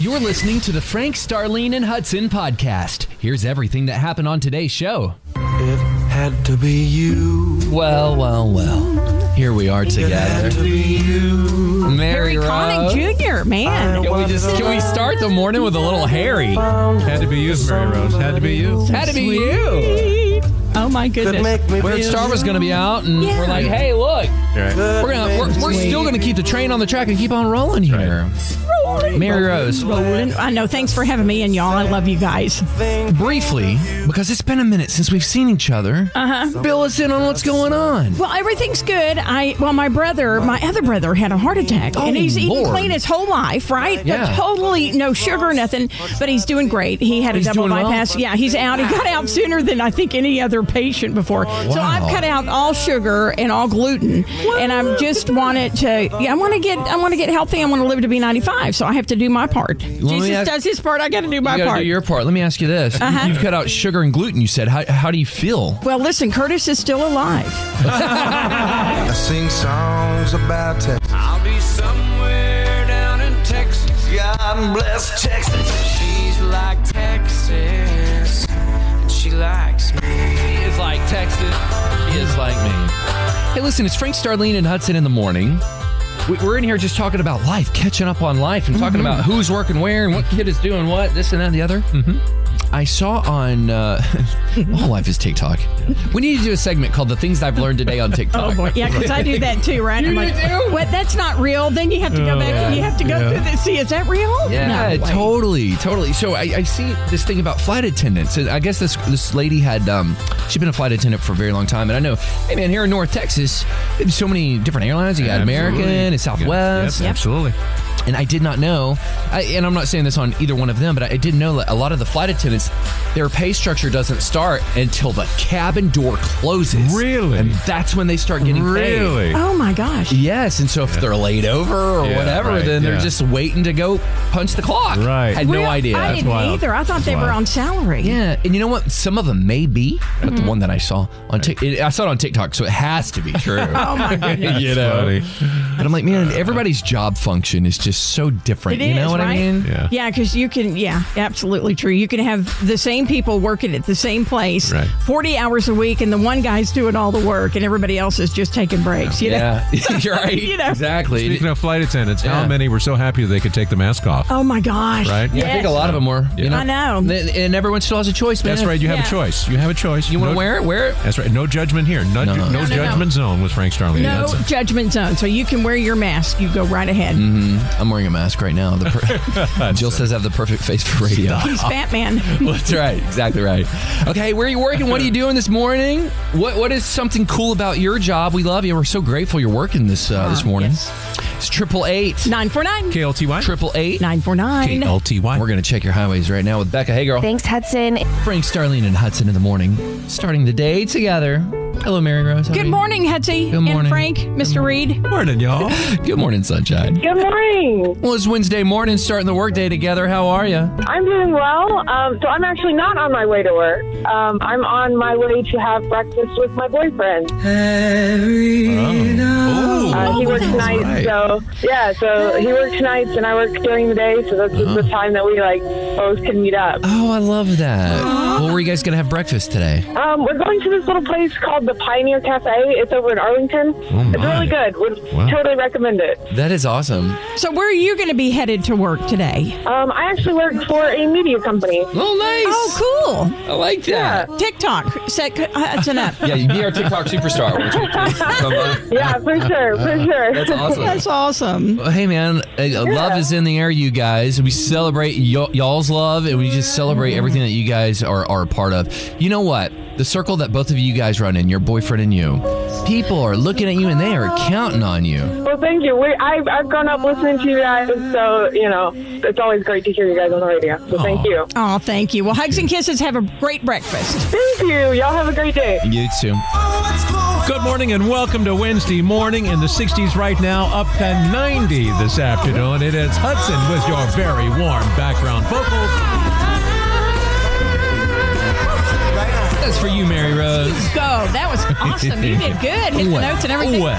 You're listening to the Frank, Starlene, and Hudson podcast. Here's everything that happened on today's show. It had to be you. Well, well, well. Here we are Had to together. be you. Mary Harry Rose. Connick Jr., man. Can we just can we start the morning with a little Harry? Had to be you, Mary Rose. Had to be you. Had to be you. Oh my Could goodness. make me We're feel Star Wars going to be out, and Yeah. we're like, hey, look, Right. we're gonna we're, we're still going to keep the train on the track and keep on rolling here. Mary Rose, Rolling. I know. Thanks for having me and y'all. I love you guys. briefly, because it's been a minute since we've seen each other. Uh-huh. Bill us in on what's going on. Well, everything's good. I well, my brother, my other brother, had a heart attack, and Oh, he's eaten Lord. clean his whole life, right? Yeah. Totally no sugar, nothing. But he's doing great. He had a He's double doing well? bypass. Yeah, he's out. He got out sooner than I think any other patient before. So Wow. I've cut out all sugar and all gluten, and I'm just wanted to. Yeah, I want to get. I want to get healthy. I want to live to be 95. So I have to do my part. me Jesus ask- does his part. I got to do my You gotta part. do your part. Let me ask you this: You- Uh-huh. You've cut out sugar and gluten. You said, "How, how do you feel?" well, listen, Curtis is still alive. I sing songs about Texas. I'll be somewhere down in Texas. God bless Texas. She's like Texas, and she likes me. He is like Texas. He is like me. Hey, listen, it's Frank Starlene and Hudson in the morning. We- We're in here just talking about life, catching up on life, and Mm-hmm. talking about who's working where and what kid is doing what, this and that and the other. Mm-hmm. I saw on uh, all life is TikTok. We need to do a segment called "The Things I've Learned Today on TikTok." Oh boy, yeah, because I do that too, right? I'm like, what? That's not real. Then you have to go back and you have to go Oh, Yeah. through this. See, is that real? Yeah, no way. totally, totally. So I, I see this thing about flight attendants, and I guess this this lady had um, she'd been a flight attendant for a very long time, and I know, hey man, here in North Texas, there's so many different airlines. You got American and Southwest, Yep, Absolutely. and I did not know, I, and I'm not saying this on either one of them, but I, I didn't know that a lot of the flight attendants, their pay structure doesn't start until the cabin door closes. Really? and that's when they start getting paid. Really? Oh my gosh. Yes, and so if they're laid over or Yeah, whatever, right, then they're yeah. just waiting to go punch the clock. Right. Had Real- no idea. I didn't wild. either. I thought they were wild. on salary. Yeah, and you know what? Some of them may be, but Mm-hmm. the one that I saw on Tik it- I saw it on TikTok, so it has to be true. Oh my goodness. you know, but I'm like, man, everybody's job function is just so different. It you know is, what I right? mean? Yeah. Yeah, because you can, yeah, absolutely true. You can have the same people working at the same place Right. 40 hours a week, and the one guy's doing all the work, and everybody else is just taking breaks. You know? Yeah, you're right. You know. Exactly. Speaking of flight attendants, Yeah. how many were so happy they could take the mask off? Oh my gosh. Right? yeah, I think a lot of them were. You Yeah. know? I know. And- And everyone still has a choice, man. That's right. You have Yeah. a choice. You have a choice. You want to No- wear it? Wear it. That's right. No judgment here. No, No. no, No, no, judgment zone with Frank Starling. No That's- judgment zone. So you can wear your mask. You go right ahead. Mm. I'm wearing a mask right now. The per- Jill says I have the perfect face for radio. He's Batman. Well, That's right. Exactly right. Okay, where are you working? What are you doing this morning? What What is something cool about your job? We love you. We're so grateful you're working this uh, this morning. Ah, Yes. It's triple eight. 949. KLTY? Triple eight. 949. KLTY. We're gonna check your highways right now with Becca. Hey, girl. Thanks, Hudson. Frank, Starlene, and Hudson in the morning, starting the day together. Hello, Mary Rose. How are Good you? morning, Hetsy. Good morning. And Frank, Mr. Reed. morning, y'all. Good morning, sunshine. Good morning. Well, it's Wednesday morning, starting the workday together. How are you? I'm doing well. Um, so I'm actually not on my way to work. Um, I'm on my way to have breakfast with my boyfriend. Oh. Uh, he works nights, right. so yeah. So he works nights, and I work during the day. So that's Uh-huh. just the time that we like both can meet up. Oh, I love that. Well, where are you guys gonna have breakfast today? Um, we're going to this little place called the Pioneer Cafe. It's over in Arlington. it's Oh, my. really good. Would Wow. totally recommend it. That is awesome. So, where are you going to be headed to work today? Um, I actually work for a media company. Oh, nice. Oh, I like that. cool. TikTok. uh, Set, that's enough. Yeah, you be our TikTok superstar. which we just- Yeah, for sure, for sure. That's awesome. That's awesome. Well, hey, man, uh, love is in the air, you guys. We celebrate y- y'all's love, and we just celebrate everything that you guys are, are a part of. You know what? The circle that both of you guys run in, your boyfriend and you, people are looking at you and they are counting on you. Well, thank you. We, I, I've grown up listening to you guys, so you know it's always great to hear you guys on the radio. So thank you. Oh, thank you. Well, hugs and kisses. Have a great breakfast. Thank you. Y'all have a great day. You too. Good morning and welcome to Wednesday morning in the 60s right now, up to 90 this afternoon. It is Hudson with your very warm background vocals. That's for you, Mary Rose. Go. That was awesome. You did good. Hit the notes and everything. Well,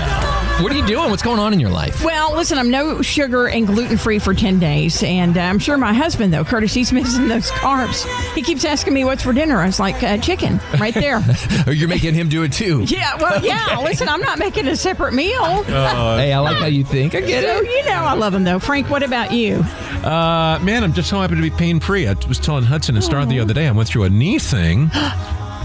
What are you doing? What's going on in your life? Well, listen, I'm no sugar and gluten free for 10 days. And uh, I'm sure my husband, though, Curtis, he's missing those carbs. He keeps asking me what's for dinner. I was like, uh, chicken, right there. You're making him do it too. yeah, well, yeah. Listen, I'm not making a separate meal. Hey, I like how you think. I get so, it. you know, I love him, though. Frank, what about you? Uh, man, I'm just so happy to be pain free. I was telling Hudson and Star the other day, I went through a knee thing.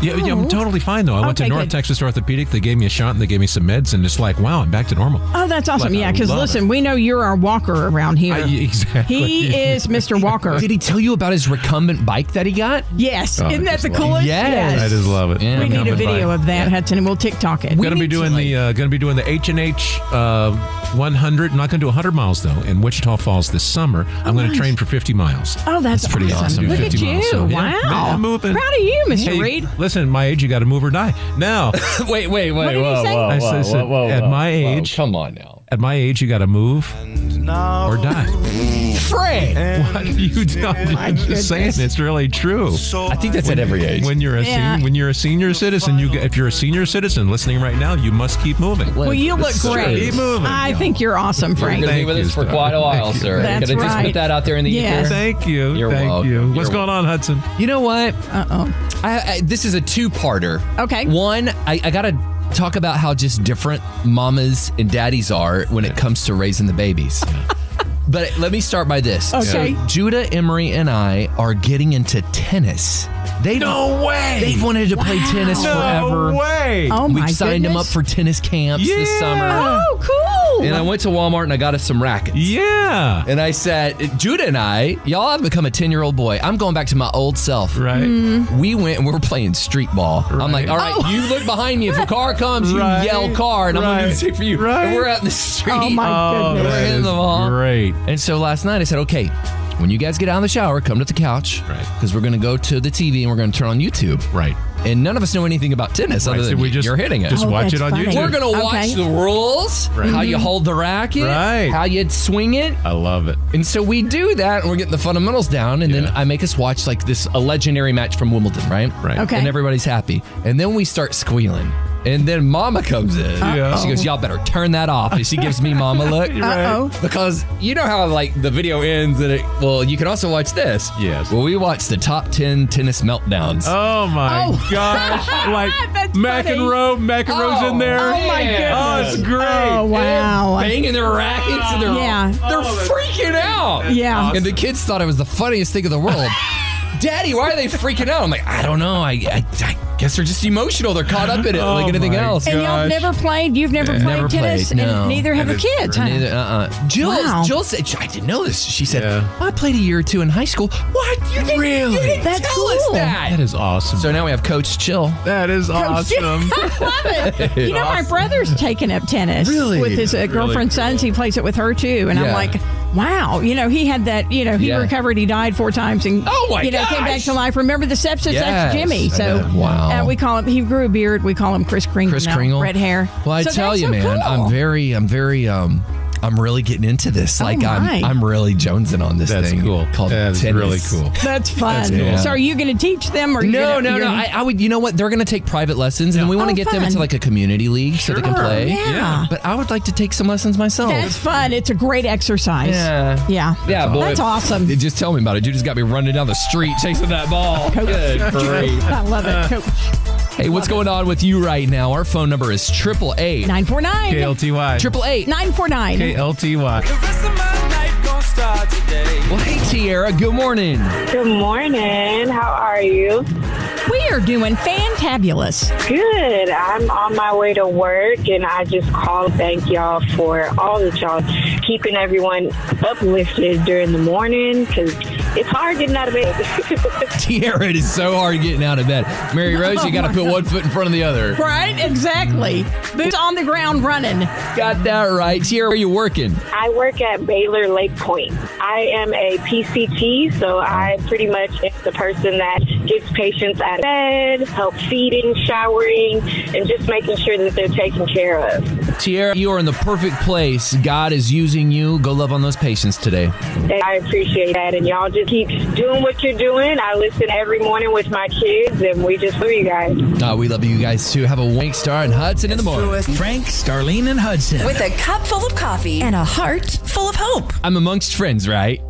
Yeah, yeah, I'm totally fine though. I went Okay, to North good. Texas Orthopedic. They gave me a shot and they gave me some meds, and it's like, wow, I'm back to normal. Oh, that's awesome. Like, I yeah, because love listen, it. we know you're our walker around here. I- exactly. He is Mr. Walker. Did he tell you about his recumbent bike that he got? Yes. Oh, Isn't that just the love it. coolest? Yes. I I just just love it. Yeah. We need a video of that, Hudson, and we'll TikTok it. We- Gonna be need to, doing the uh, gonna be doing the H and H 100. I'm not gonna do 100 miles though in Wichita Falls this summer. I'm gonna train for 50 miles. oh, that's, pretty awesome. Look Do at 50 you. miles, Oh, so, yeah. wow. Man, I'm moving. Proud of you, Mr. Hey, Reed. Listen, my age, you got to move or die. Now, wait, wait, wait. did he whoa, say? whoa, I said- said, at my age- come on now. at my age, you got to move or die. Frank. What you don't I'm just saying it's really true. I think that's at every age. When you're a Yeah. sen- when you're a senior citizen, you g- if you're a senior citizen listening right now, you must keep moving. Well, you look This is great. true. Keep moving. I think you're awesome, You're Frank. going to be Thank with you, us for Star. quite a while, Thank you. sir. That's Gonna just put right. that out there in the Yes. ether. Thank you. You're Thank welcome. you. You're What's going on, Hudson? You know what? Uh-oh. I, I, this is a two-parter. Okay. One, I, I got to talk about how just different mamas and daddies are when it comes to raising the babies. but let me start by this. Okay. So Judah, Emery, and I are getting into tennis. They No way. They've wanted to play tennis No forever. way. Oh, my We've signed them up goodness. for tennis camps this Yeah. summer. Oh, cool. And I went to Walmart and I got us some rackets. Yeah. And I said, Judah and I, y'all have become a 10 year old boy. I'm going back to my old self. Right. Mm-hmm. We went and we were playing street ball. I'm like, Right. Oh. all right, you look behind me. If a car comes, you Right. yell car, and I'm Right. going to say for you. Right. And we're out in the street. Oh, my Oh, goodness. We're that hitting is the ball. great. And so last night I said, okay, when you guys get out of the shower, come to the couch. Right. Because we're going to go to the TV and we're going to turn on YouTube. Right. And none of us know anything about tennis Right, other so than we just- you're hitting it. Just Oh, watch it that's on funny. YouTube. we're going to watch Okay. the rules, Right. how you hold the racket, Right. how you'd swing it. I love it. And so we do that, and we're getting the fundamentals down, and then Yeah. I make us watch like this a legendary match from Wimbledon, right? Right. Okay. And everybody's happy, and then we start squealing, and then Mama comes in. Yeah. She goes, "Y'all better turn that off," and she gives me Mama look. Uh-oh. Because you know how like the video ends, and it well, you can also watch this. Yes. Well, we watch the top ten tennis meltdowns. Oh my Oh. gosh! Like That's mac funny. and roe, mac and roe's in there. Oh, my Oh, goodness. it's great. Oh, wow. Banging their rackets and they're, Yeah. Oh, they're freaking out. Yeah. And the kids thought it was the funniest thing in the world. Daddy, why are they freaking out? I'm like, I don't know. I, I, I guess they're just emotional. They're caught up in it like Oh anything my else. And y'all Gosh. never played? You've never played Never tennis? played, no. And neither have the That is kids, huh? And neither- uh-uh. Jill, Wow. Jill said, I didn't know this. She said, Yeah. I played a year or two in high school. What? You didn't, Really? You didn't That's tell us cool. that. That is awesome. so now we have Coach Chill. that is awesome. I love it. You know, my brother's taken up tennis. Really? With his uh, girlfriend's sons. He plays it with her, too. And Yeah. I'm like, wow. You know, he had that, you know, he Yeah. recovered, he died four times and, Oh, my you know, came back gosh. to life. Remember the sepsis? Yes. That's Jimmy. I So, know. Wow. uh, we call him, he grew a beard. We call him Chris Kringle. Chris now, Kringle, Red hair. Well, I So tell that's you, so man, I'm cool. very, I'm very, um, I'm really getting into this. Like, I'm, Oh my. I'm really jonesing on this That's thing. cool. Called That's tennis. really cool. That's fun. So, are you going to teach them? Or you No, gonna- no, you're no. gonna- I, I would. You know what? They're going to take private lessons, and we want to Oh, get them into fun. like a community league so they can Sure. play. Yeah. Yeah. But I would like to take some lessons myself. That's fun. It's a great exercise. Yeah. Yeah. yeah, boy. That's awesome. Just tell me about it. You just got me running down the street chasing that ball. Good grief. I love it. Coach. Hey, what's going on with you right now? Our phone number is triple eight. 949. KLTY. Triple eight. 949. KLTY. The rest of my night gon' start today. Well, hey, Tiara. Good morning. Good morning. How are you? We are doing fantabulous. Good. I'm on my way to work, and I just call thank y'all for all that y'all keeping everyone uplifted during the morning because it's hard getting out of bed. Tiara, it is so hard getting out of bed. Mary Rose, you got to my put one foot in front of the other. Right? Exactly. Boots on the ground running. Got that right. Tiara, where you working? I work at Baylor Lake Point. I am a PCT, so I pretty much am the person that gets patients out of bed, help feeding, showering, and just making sure that they're taken care of. Tierra, you are in the perfect place. God is using you. Go love on those patients today. And I appreciate that. And y'all just keep doing what you're doing. I listen every morning with my kids, and we just love you guys. Uh, we love you guys too. Have a wink star and Hudson in the morning. Frank, Starlene, and Hudson. With a cup full of coffee and a heart full of hope. I'm amongst friends, right?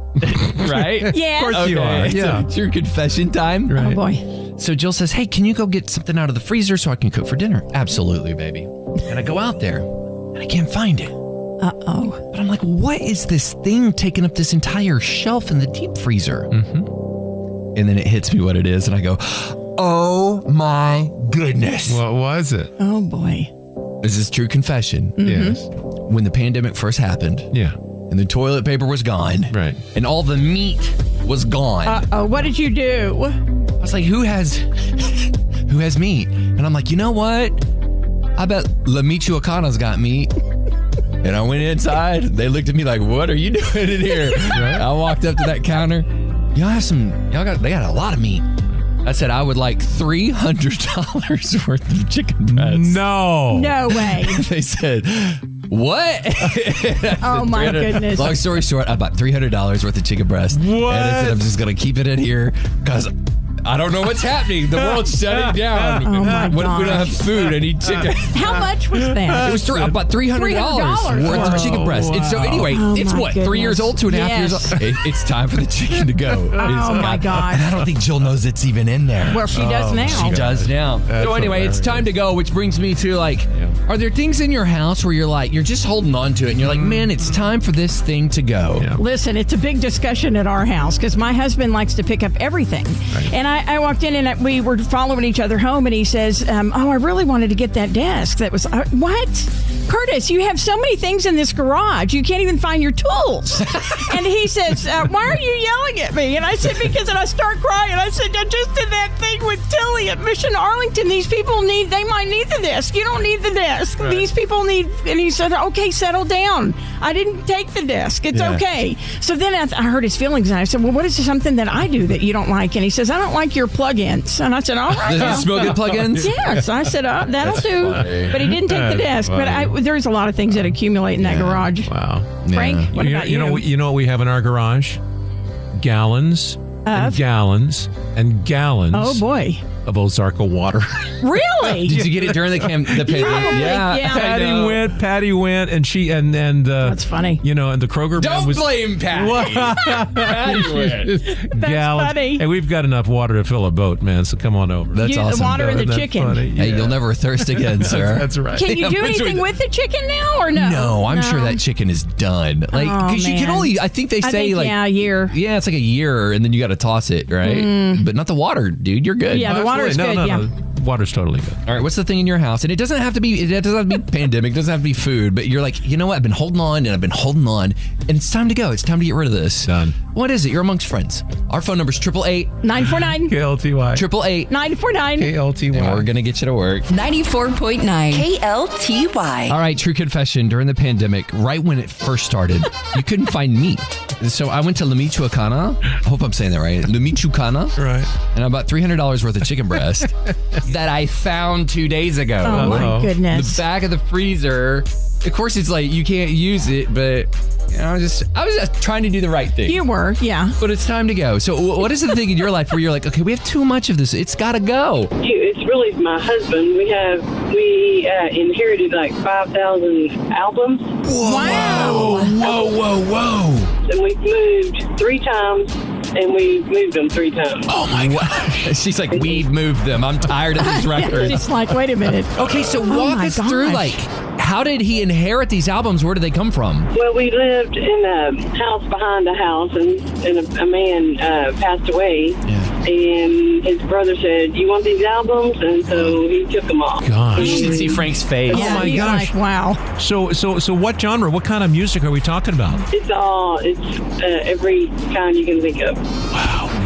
right? Yeah. Of course you are. Okay, so Yeah. it's your confession time. Oh Right. boy. So Jill says, Hey, can you go get something out of the freezer so I can cook for dinner? Absolutely, baby. And I go out there and I can't find it. Uh oh. But I'm like, What is this thing taking up this entire shelf in the deep freezer? Mm-hmm. And then it hits me what it is. And I go, Oh my goodness. What was it? Oh boy. This is true confession. Mm-hmm. Yes. When the pandemic first happened Yeah. and the toilet paper was gone, Right. and all the meat was gone. Uh oh. What did you do? I was like, who has who has meat? And I'm like, you know what? I bet La Michoacana's got meat. And I went inside. They looked at me like, "What are you doing in here?" I walked up to that counter. Y'all have some. Y'all got. They got a lot of meat. I said I would like three hundred dollars worth of chicken breasts. No. No way. They said, "What?" Oh my goodness. Long story short, I bought three hundred dollars worth of chicken breast, and I said What? I'm just gonna keep it in here because I don't know what's happening. The world's shutting down. Oh my what if we don't gosh. have food? I need chicken. How much was It that? was three, I bought three hundred dollars $300. worth of chicken breast. And so anyway, Oh it's my what three years goodness. old, two and a half Yes. years old. It, it's time for the chicken to go. It's Oh my got- gosh. And I don't think Jill knows it's even in there. Well, she does now. She does now. so anyway, it's hilarious. time to go, which brings me to like, are there things in your house where you're like, you're just holding on to it, and you're like, man, it's time for this thing to go. Yeah. Listen, it's a big discussion at our house because my husband likes to pick up everything. And I, I walked in and I, we were following each other home, and he says, um, Oh, I really wanted to get that desk. That was, uh, what? Curtis, you have so many things in this garage. You can't even find your tools. and he says, uh, Why are you yelling at me? And I said, Because, and I start crying. I said, I just did that thing with Tilly at Mission Arlington. These people need, they might need the desk. You don't need the desk. These people need, and he said, Okay, settle down. I didn't take the desk. It's Yeah. okay okay. So then I, I heard his feelings, and I said, "Well, what is something that I do that you don't like?" And he says, "I don't like your plugins." And I said, "All right." The now." smoking plugins. Yes, I said uh, that'll do, but he didn't take the desk. But I, there's a lot of things that accumulate in that garage. Wow. Frank, what you, know- about you you? know you know what we have in our garage? Gallons and Of? gallons and gallons oh boy, of Ozarka water. really? Did you get it during the cam? The pandemic? Probably, yeah. I Patty know. went, Patty went, and she and and uh, That's funny. You know, and the Kroger man Don't was blame Patty. Patty went. gallons. funny. And we've got enough water to fill a boat, man. So come on over. That's You- awesome. The water and the Isn't that chicken. funny? Hey, Yeah. you'll never thirst again, sir. That's right. Can you do Yeah, anything between- with the chicken now or no? No, I'm sure that chicken is done. Like, Oh, because you can man. only, I think they say, I think, like, yeah, a year. Yeah, it's like a year, and then you got to toss it, right? But not the water, dude. You're good. Mm. Yeah, the water is Absolutely. good. yeah. no, No, no. Water's totally good. All right, what's the thing in your house? And it doesn't have to be. It doesn't have to be pandemic. It doesn't have to be food. But you're like, you know what? I've been holding on, and I've been holding on, and it's time to go. It's time to get rid of this. Done. What is it? You're amongst friends. Our phone number's triple eight, Nine four nine. KLTY. triple eight, Nine four nine. and we're KLTY. gonna get you to work. 94.9 KLTY. All right, true confession. During the pandemic, right when it first started, you couldn't find meat. So I went to Lamichuacana. I hope I'm saying that right. Lamichuacana. Right. And I bought $300 worth of chicken breast that I found two days ago. Oh my Uh-oh. the goodness. back of the freezer. Of course, it's like you can't use it, but you know, I was just I was just trying to do the right thing. You were, yeah. but it's time to go. So, wh- what is the thing in your life where you're like, okay, we have too much of this. It's got to go. you, it's really my husband. We have we uh, inherited like five thousand albums, Wow. Whoa, whoa, whoa! and we've moved three times, and we moved them three times. Oh my god! She's like, we've moved them. I'm tired of these records. It's like, wait a minute. Oh, Okay, so walk my us through gosh. like, how did he inherit these albums? Where do they come from? Well, we lived in a house behind a house, and, and a, a man uh, passed away. Yeah. And his brother said, "You want these albums?" And so he took them all. You Gosh. should see Frank's face. Yeah, my he's gosh. like, wow. So so so what genre? What kind of music are we talking about? It's all it's uh, every kind you can think of.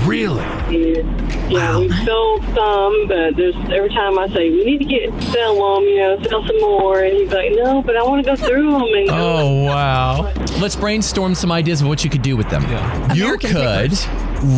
Really? Yeah, yeah we sold some, but there's every time I say we need to get sell them, you know, sell some more, and he's like, no, but I want to go through them and go Oh wow. Let's brainstorm some ideas of what you could do with them. Yeah. You American could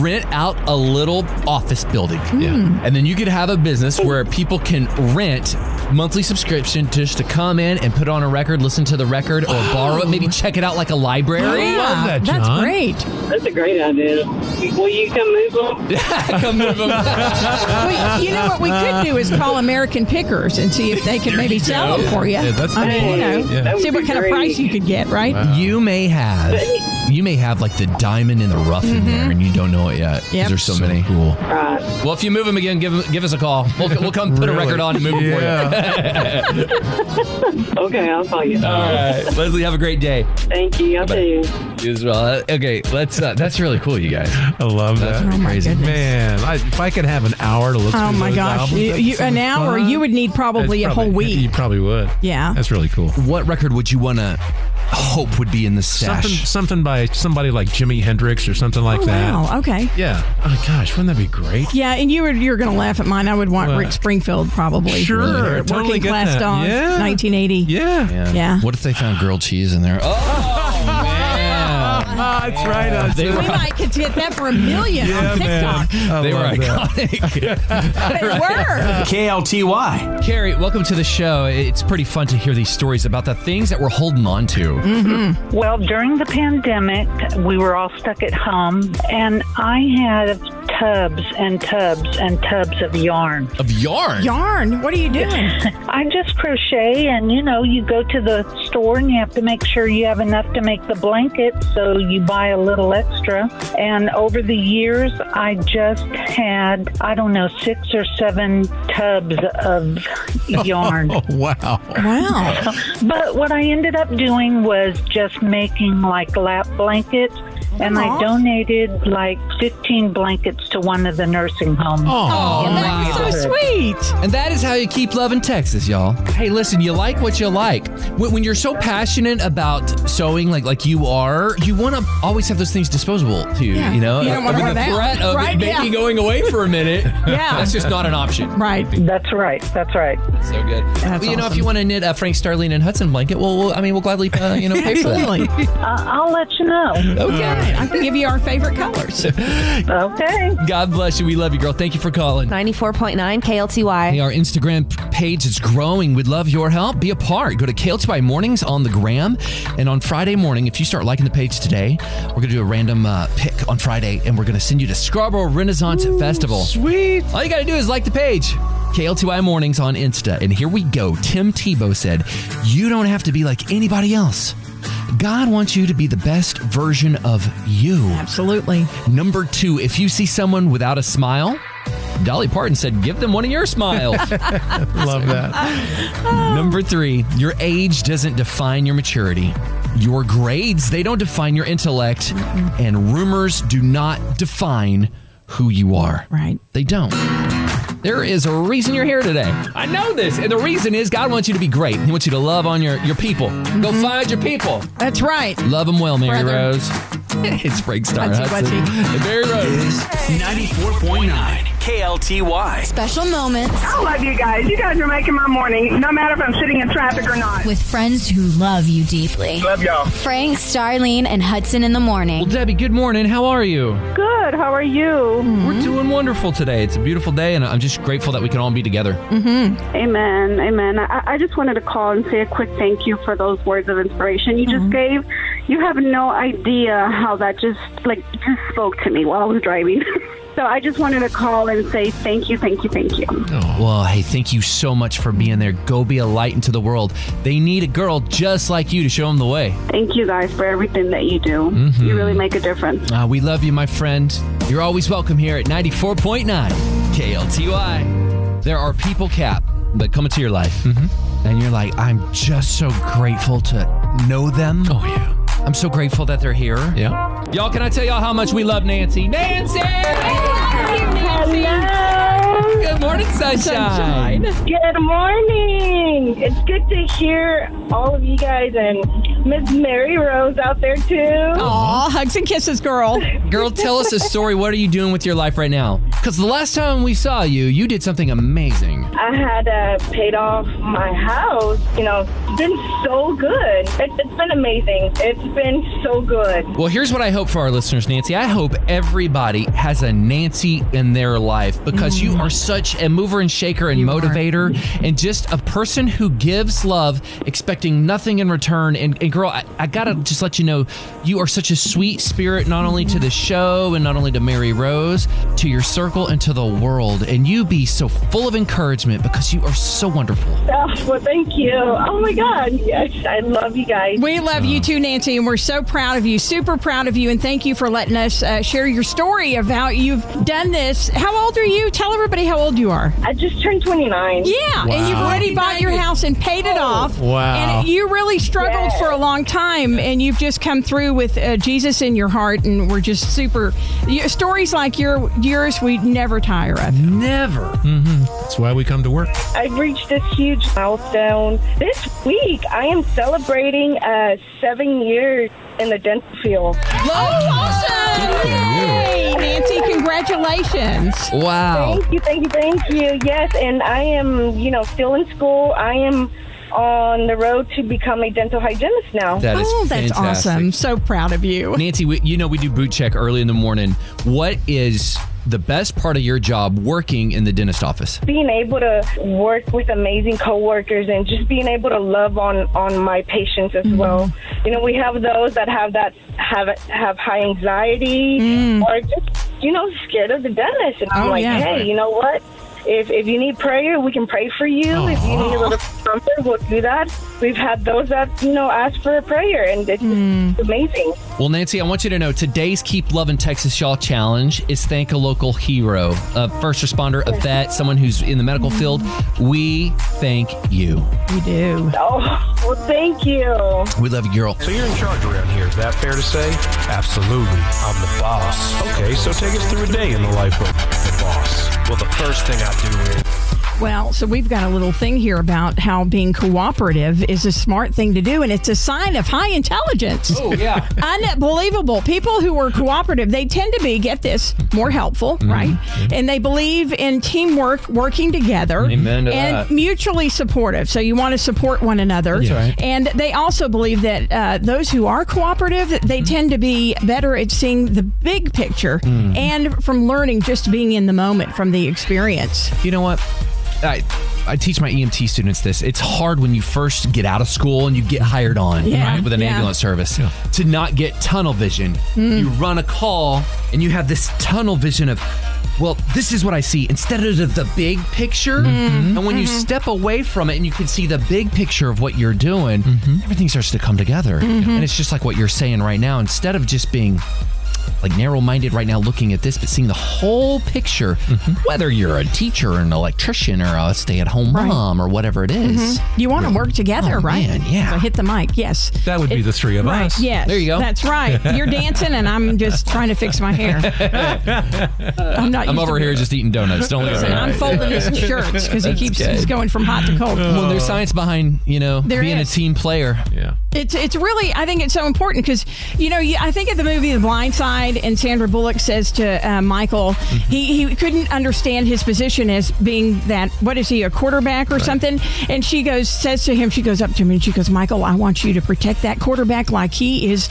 rent out a little office building. Hmm. Yeah. And then you could have a business where people can rent monthly subscription just to come in and put on a record, listen to the record, or Oh. borrow it, maybe check it out like a library. Yeah, That's great. That's a great idea. Will you come move them? come move them. Well, you know what we could do is call American Pickers and see if they can maybe sell them for you. Yeah, that's I mean, you know, good. Yeah. That would see what be kind of great. price you could get, right? You may have, you may have like the diamond in the rough in there, and you don't know it yet. 'cause Mm-hmm. Yep. There's so, many. Cool. Right. Well, if you move them again, give 'em- give us a call. We'll, we'll come put a Really? record on and move 'em for you. Okay, I'll call you. All right, Leslie, have a great day. Thank you. I'll tell you. You as well. Okay, let's. Uh, that's really cool, you guys. I love that. That's crazy. Man, I, if I could have an hour to look Oh through my those gosh, albums, you, that's you, so an much hour fun. you would need probably It's a whole probably- week. You probably would. Yeah. That's really cool. What record would you want to hope would be in the stash? Something, something by somebody like Jimi Hendrix or something like Oh, that. wow. Okay. Yeah. Oh gosh, wouldn't that be great? Yeah, and you were you're going to laugh at mine. I would want What? Rick Springfield probably. Sure, Working totally get class that. dogs, Yeah. 1980. Yeah. Yeah. What if they found grilled cheese in there? Oh man, Ah, that's right. I They We were- might could hit that for a million on TikTok. they were iconic. They were. KLTY. Carrie, welcome to the show. It's pretty fun to hear these stories about the things that we're holding on to. Mm. Well, during the pandemic, we were all stuck at home, and I had tubs and tubs and tubs of yarn. Of yarn. Yarn. What are you doing? I just crochet, and you know, you go to the store and you have to make sure you have enough to make the blanket, so you buy a little extra. And over the years, I just had, I don't know, six or seven tubs of yarn. Oh wow. Wow. But what I ended up doing was just making like lap blankets. And Aw. I donated like 15 blankets to one of the nursing homes. Oh, Oh, that's so sweet. And that is how you keep loving Texas, y'all. Hey, listen, you like what you like. When, when you're so passionate about sewing, like like you are, you want to always have those things disposable to you. Yeah. You know, You don't wanna With the wear that. threat of Right, it maybe yeah. going away for a minute. Yeah. that's just not an option. Right. That's right. That's right. So good. That's you know, if awesome. you want to knit a Frank Starling and Hudson blanket, well, we'll I mean, we'll gladly uh, you know pay for that. Absolutely. Uh, I'll let you know. Okay. I can give you our favorite colors. Okay. God bless you. We love you, girl. Thank you for calling. 94.9 Hey, KLTY. our Instagram page is growing. We'd love your help. Be a part. Go to KLT by Mornings on the gram. And on Friday morning, if you start liking the page today, we're going to do a random uh, pick on Friday and we're going to send you to Scarborough Renaissance Festival. Sweet. All you got to do is like the page. KLTY Mornings on Insta. And here we go. Tim Tebow said, You don't have to be like anybody else. God wants you to be the best version of you. Absolutely. Number two, if you see someone without a smile, Dolly Parton said, Give them one of your smiles. Love that. Number three, your age doesn't define your maturity. Your grades, they don't define your intellect. And rumors do not define who you are. Right. They don't. There is a reason you're here today. I know this. And the reason is God wants you to be great. He wants you to love on your, your people. Go find your people. That's right. Love them well, Mary Mm-hmm. Brother. Rose. it's Frank Star Whatsy, Hudson. whatsy. And Mary Rose. 94.9 KLTY. Special moments I love you guys. You guys are making my morning, no matter if I'm sitting in traffic or not. With friends who love you deeply. Love y'all. Frank, Starlene, and Hudson in the Well, morning. Debbie, good morning. How are you? Good. How are you? We're doing wonderful today. It's a beautiful day, and I'm just grateful that we can all be together. Amen. Amen. I, I just wanted to call and say a quick thank you for those words of inspiration you just gave. You have no idea how that just like just spoke to me while I was driving. so I just wanted to call and say thank you, thank you, thank you. Well, hey, thank you so much for being there. Go be a light into the world. They need a girl just like you to show them the way. Thank you guys for everything that you do. You really make a difference. Uh, we love you, my friend. You're always welcome here at 94.9 KLTY. There are people, Cap, that come into your life, Mm-hmm. and you're like, I'm just so grateful to know them. Oh yeah. I'm so grateful that they're here. Yeah. Y'all, can I tell y'all how much we love Nancy? Nancy! Hello. Good morning, sunshine. Good morning. It's good to hear all of you guys and Miss Mary Rose out there too. Aw, hugs and kisses, girl. Girl, tell us a story. What are you doing with your life right now? Because the last time we saw you, you did something amazing. I had uh, paid off my house. You know, it's been so good. It, it's been amazing. It's been so good. Well, here's what I hope for our listeners, Nancy. I hope everybody has a Nancy in their life because Mm. you are such a mover and shaker and motivator and just a person who gives love, expecting nothing in return. And, and girl, I, I got to just let you know, you are such a sweet spirit, not only to the show and not only to Mary Rose, to your circle and to the world. And you be so full of encouragement because you are so wonderful. Oh, well, thank you. Oh my God. Yes, I love you guys. We love you too, Nancy, and we're so proud of you, super proud of you, and thank you for letting us uh, share your story of how you've done this. How old are you? Tell everybody how old you are. I just turned 29. Yeah, and you've Wow. already bought your house and paid it off. Wow. And you really struggled Yes. for a long time, and you've just come through with uh, Jesus in your heart, and we're just super. y stories like your yours, we never tire of. Never. Mm-hmm. That's why we come to work. I've reached this huge milestone. This week, I am celebrating uh, seven years in the dental field. awesome! Yay, Nancy, congratulations. Wow. Thank you, thank you, thank you. Yes, and I am, you know, still in school. I am on the road to become a dental hygienist now. That is oh, that's fantastic. awesome. So proud of you. Nancy, we, you know we do boot check early in the morning. What is the best part of your job working in the dentist office? being able to work with amazing coworkers and just being able to love on on my patients as well. Mm-hmm. You know, we have those that have that have have high anxiety or just you know scared of the dentist, and I'm Mm. Oh, like, yeah. hey, you know what? If, if you need prayer, we can pray for you. If you need a little comfort, we'll do that. We've had those that, you know, ask for a prayer, and it's Mm. just amazing. Well, Nancy, I want you to know today's Keep Loving Texas Shaw Challenge is thank a local hero, a first responder, a vet, someone who's in the medical field. We thank you. You do. Oh, well, thank you. We love you, girl. So you're in charge around here. Is that fair to say? Absolutely. I'm the boss. Okay, so take us through a day in the life of the boss. Well, the first thing I do is. Well, so we've got a little thing here about how being cooperative is a smart thing to do, and it's a sign of high intelligence. Oh, yeah. Unbelievable. People who are cooperative, they tend to be, get this, more helpful, Mm-hmm. right? And they believe in teamwork, working together, Amen to and that. mutually supportive. So you want to support one another. That's right. And they also believe that uh, those who are cooperative, they Mm-hmm. tend to be better at seeing the big picture Mm. and from learning just being in the moment from the experience. You know what? I I teach my EMT students this. It's hard when you first get out of school and you get hired on Yeah, right, with an yeah. Mm. ambulance service to not get tunnel vision. You run a call and you have this tunnel vision of well, this is what I see instead of the- the big picture. And when you Mhm. step away from it and you can see the big picture of what you're doing, everything starts to come together. Mhm. And it's just like what you're saying right now. Instead of just being like narrow minded right now looking at this, but seeing the whole picture, whether you're a teacher, an electrician, or a stay at home mom, or whatever it is. Mhm. You want to work together, Oh, right? man, yeah. So hit the mic. Yes. That would be the three of Right. us. Yes. There you go. That's right. You're dancing, and I'm just trying to fix my hair. I'm not. I'm used to over being- here just eating donuts. Don't look at me. I'm folding his shirts because he That's keeps good. he's going from hot to cold. Well, there's science behind you know There being is. a team player. Yeah. It's it's really I think it's so important because you know you- I think of the movie The Blind Side and Sandra Bullock says to uh, Michael he he couldn't understand his position as being that what is he a quarterback or something and she goes says to him she goes up to him and she goes Michael I want you to protect that quarterback like he is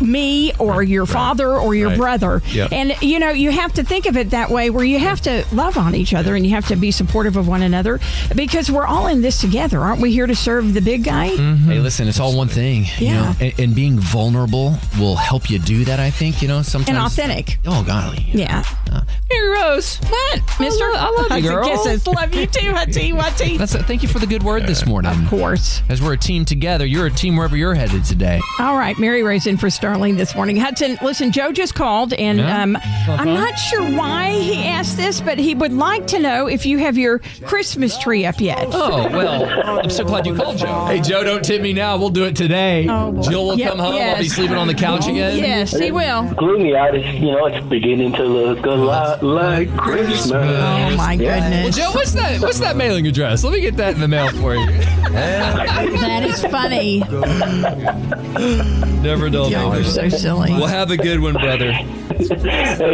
me or your father or your Right. brother Yep. and you know you have to think of it that way where you have to love on each other and you have to be supportive of one another because we're all in this together aren't we here to serve the big guy Mm-hmm. Hey, listen, it's all one thing. You Yeah. know? and, and being vulnerable will help you do that. I think you know sometimes and authentic Oh golly. Yeah. Mary Rose. What? Mister? I love you, Hugs girl. and kisses. Love you too, Hutty. Wutty. That's it. Thank you for the good word this morning. Of course. As we're a team together, you're a team wherever you're headed today. All right, Mary Rose in for Starling this morning. Hudson, listen, Joe just called, and Yeah? um, Uh-huh. I'm not sure why he asked this, but he would like to know if you have your Christmas tree up yet. Oh, well, I'm so Oh, glad you called Joe. Hey, Joe, don't tip me now. We'll do it today. Jill will Yeah, come home. I'll be yes. Oh, sleeping on the couch again. Yes, he will. Gloomy out. It's, you know, it's beginning to look a lot my Christmas. Oh my Well, Joe, what's that? What's that mailing address? Let me get that in the mail for you. that is funny. Never know. Y'all are so silly. Well, have a good one, brother. Hey,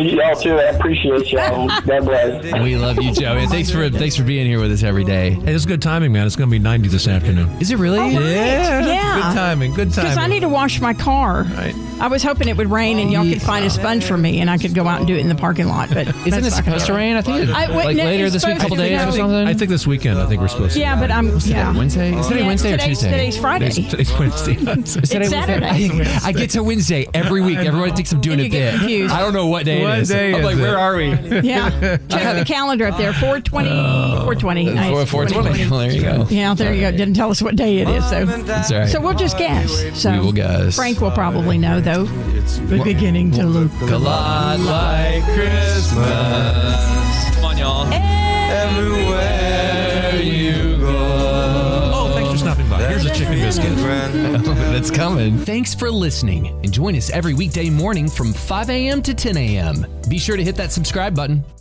y'all too. I appreciate y'all. God bless. We love you, Joey. And thanks for thanks for being here with us every day. Hey, this is good timing, man. It's going to be 90 this afternoon. Is it really? Yeah. Oh, Yeah. Good timing. Good timing. Because I need to wash my car. Right. I was hoping it would rain and y'all could find a sponge for me and I could go out and do it in the parking lot. But Isn't it supposed to rain? I think it's I- wait, like no, later it's this week, supposed couple to days or be- something. I think this weekend, I think we're supposed to. Yeah, but I'm. What's today, yeah. Wednesday? Is today Yeah, Wednesday or today's- Tuesday? Today's Friday. Today's, today's Wednesday. it's Is today It's Wednesday? Saturday. I, I get to Wednesday every week. Everyone thinks I'm doing a bit. confused. I don't know what day What it is. day I'm is like, it? where are we? Yeah, check the calendar up there. 420, 420. Nice. Oh. Four- 420. Well, there you go. Yeah, there you go. Didn't tell us what day it is, so That's all right. so we'll just guess. So We will guess. Frank will probably know though. We're beginning to look A lot like Christmas. Come on, y'all. Everywhere you go. Oh, thanks for stopping by. Here's a chicken biscuit. That's coming. Thanks for listening and join us every weekday morning from 5 a.m. to 10 a.m. Be sure to hit that subscribe button.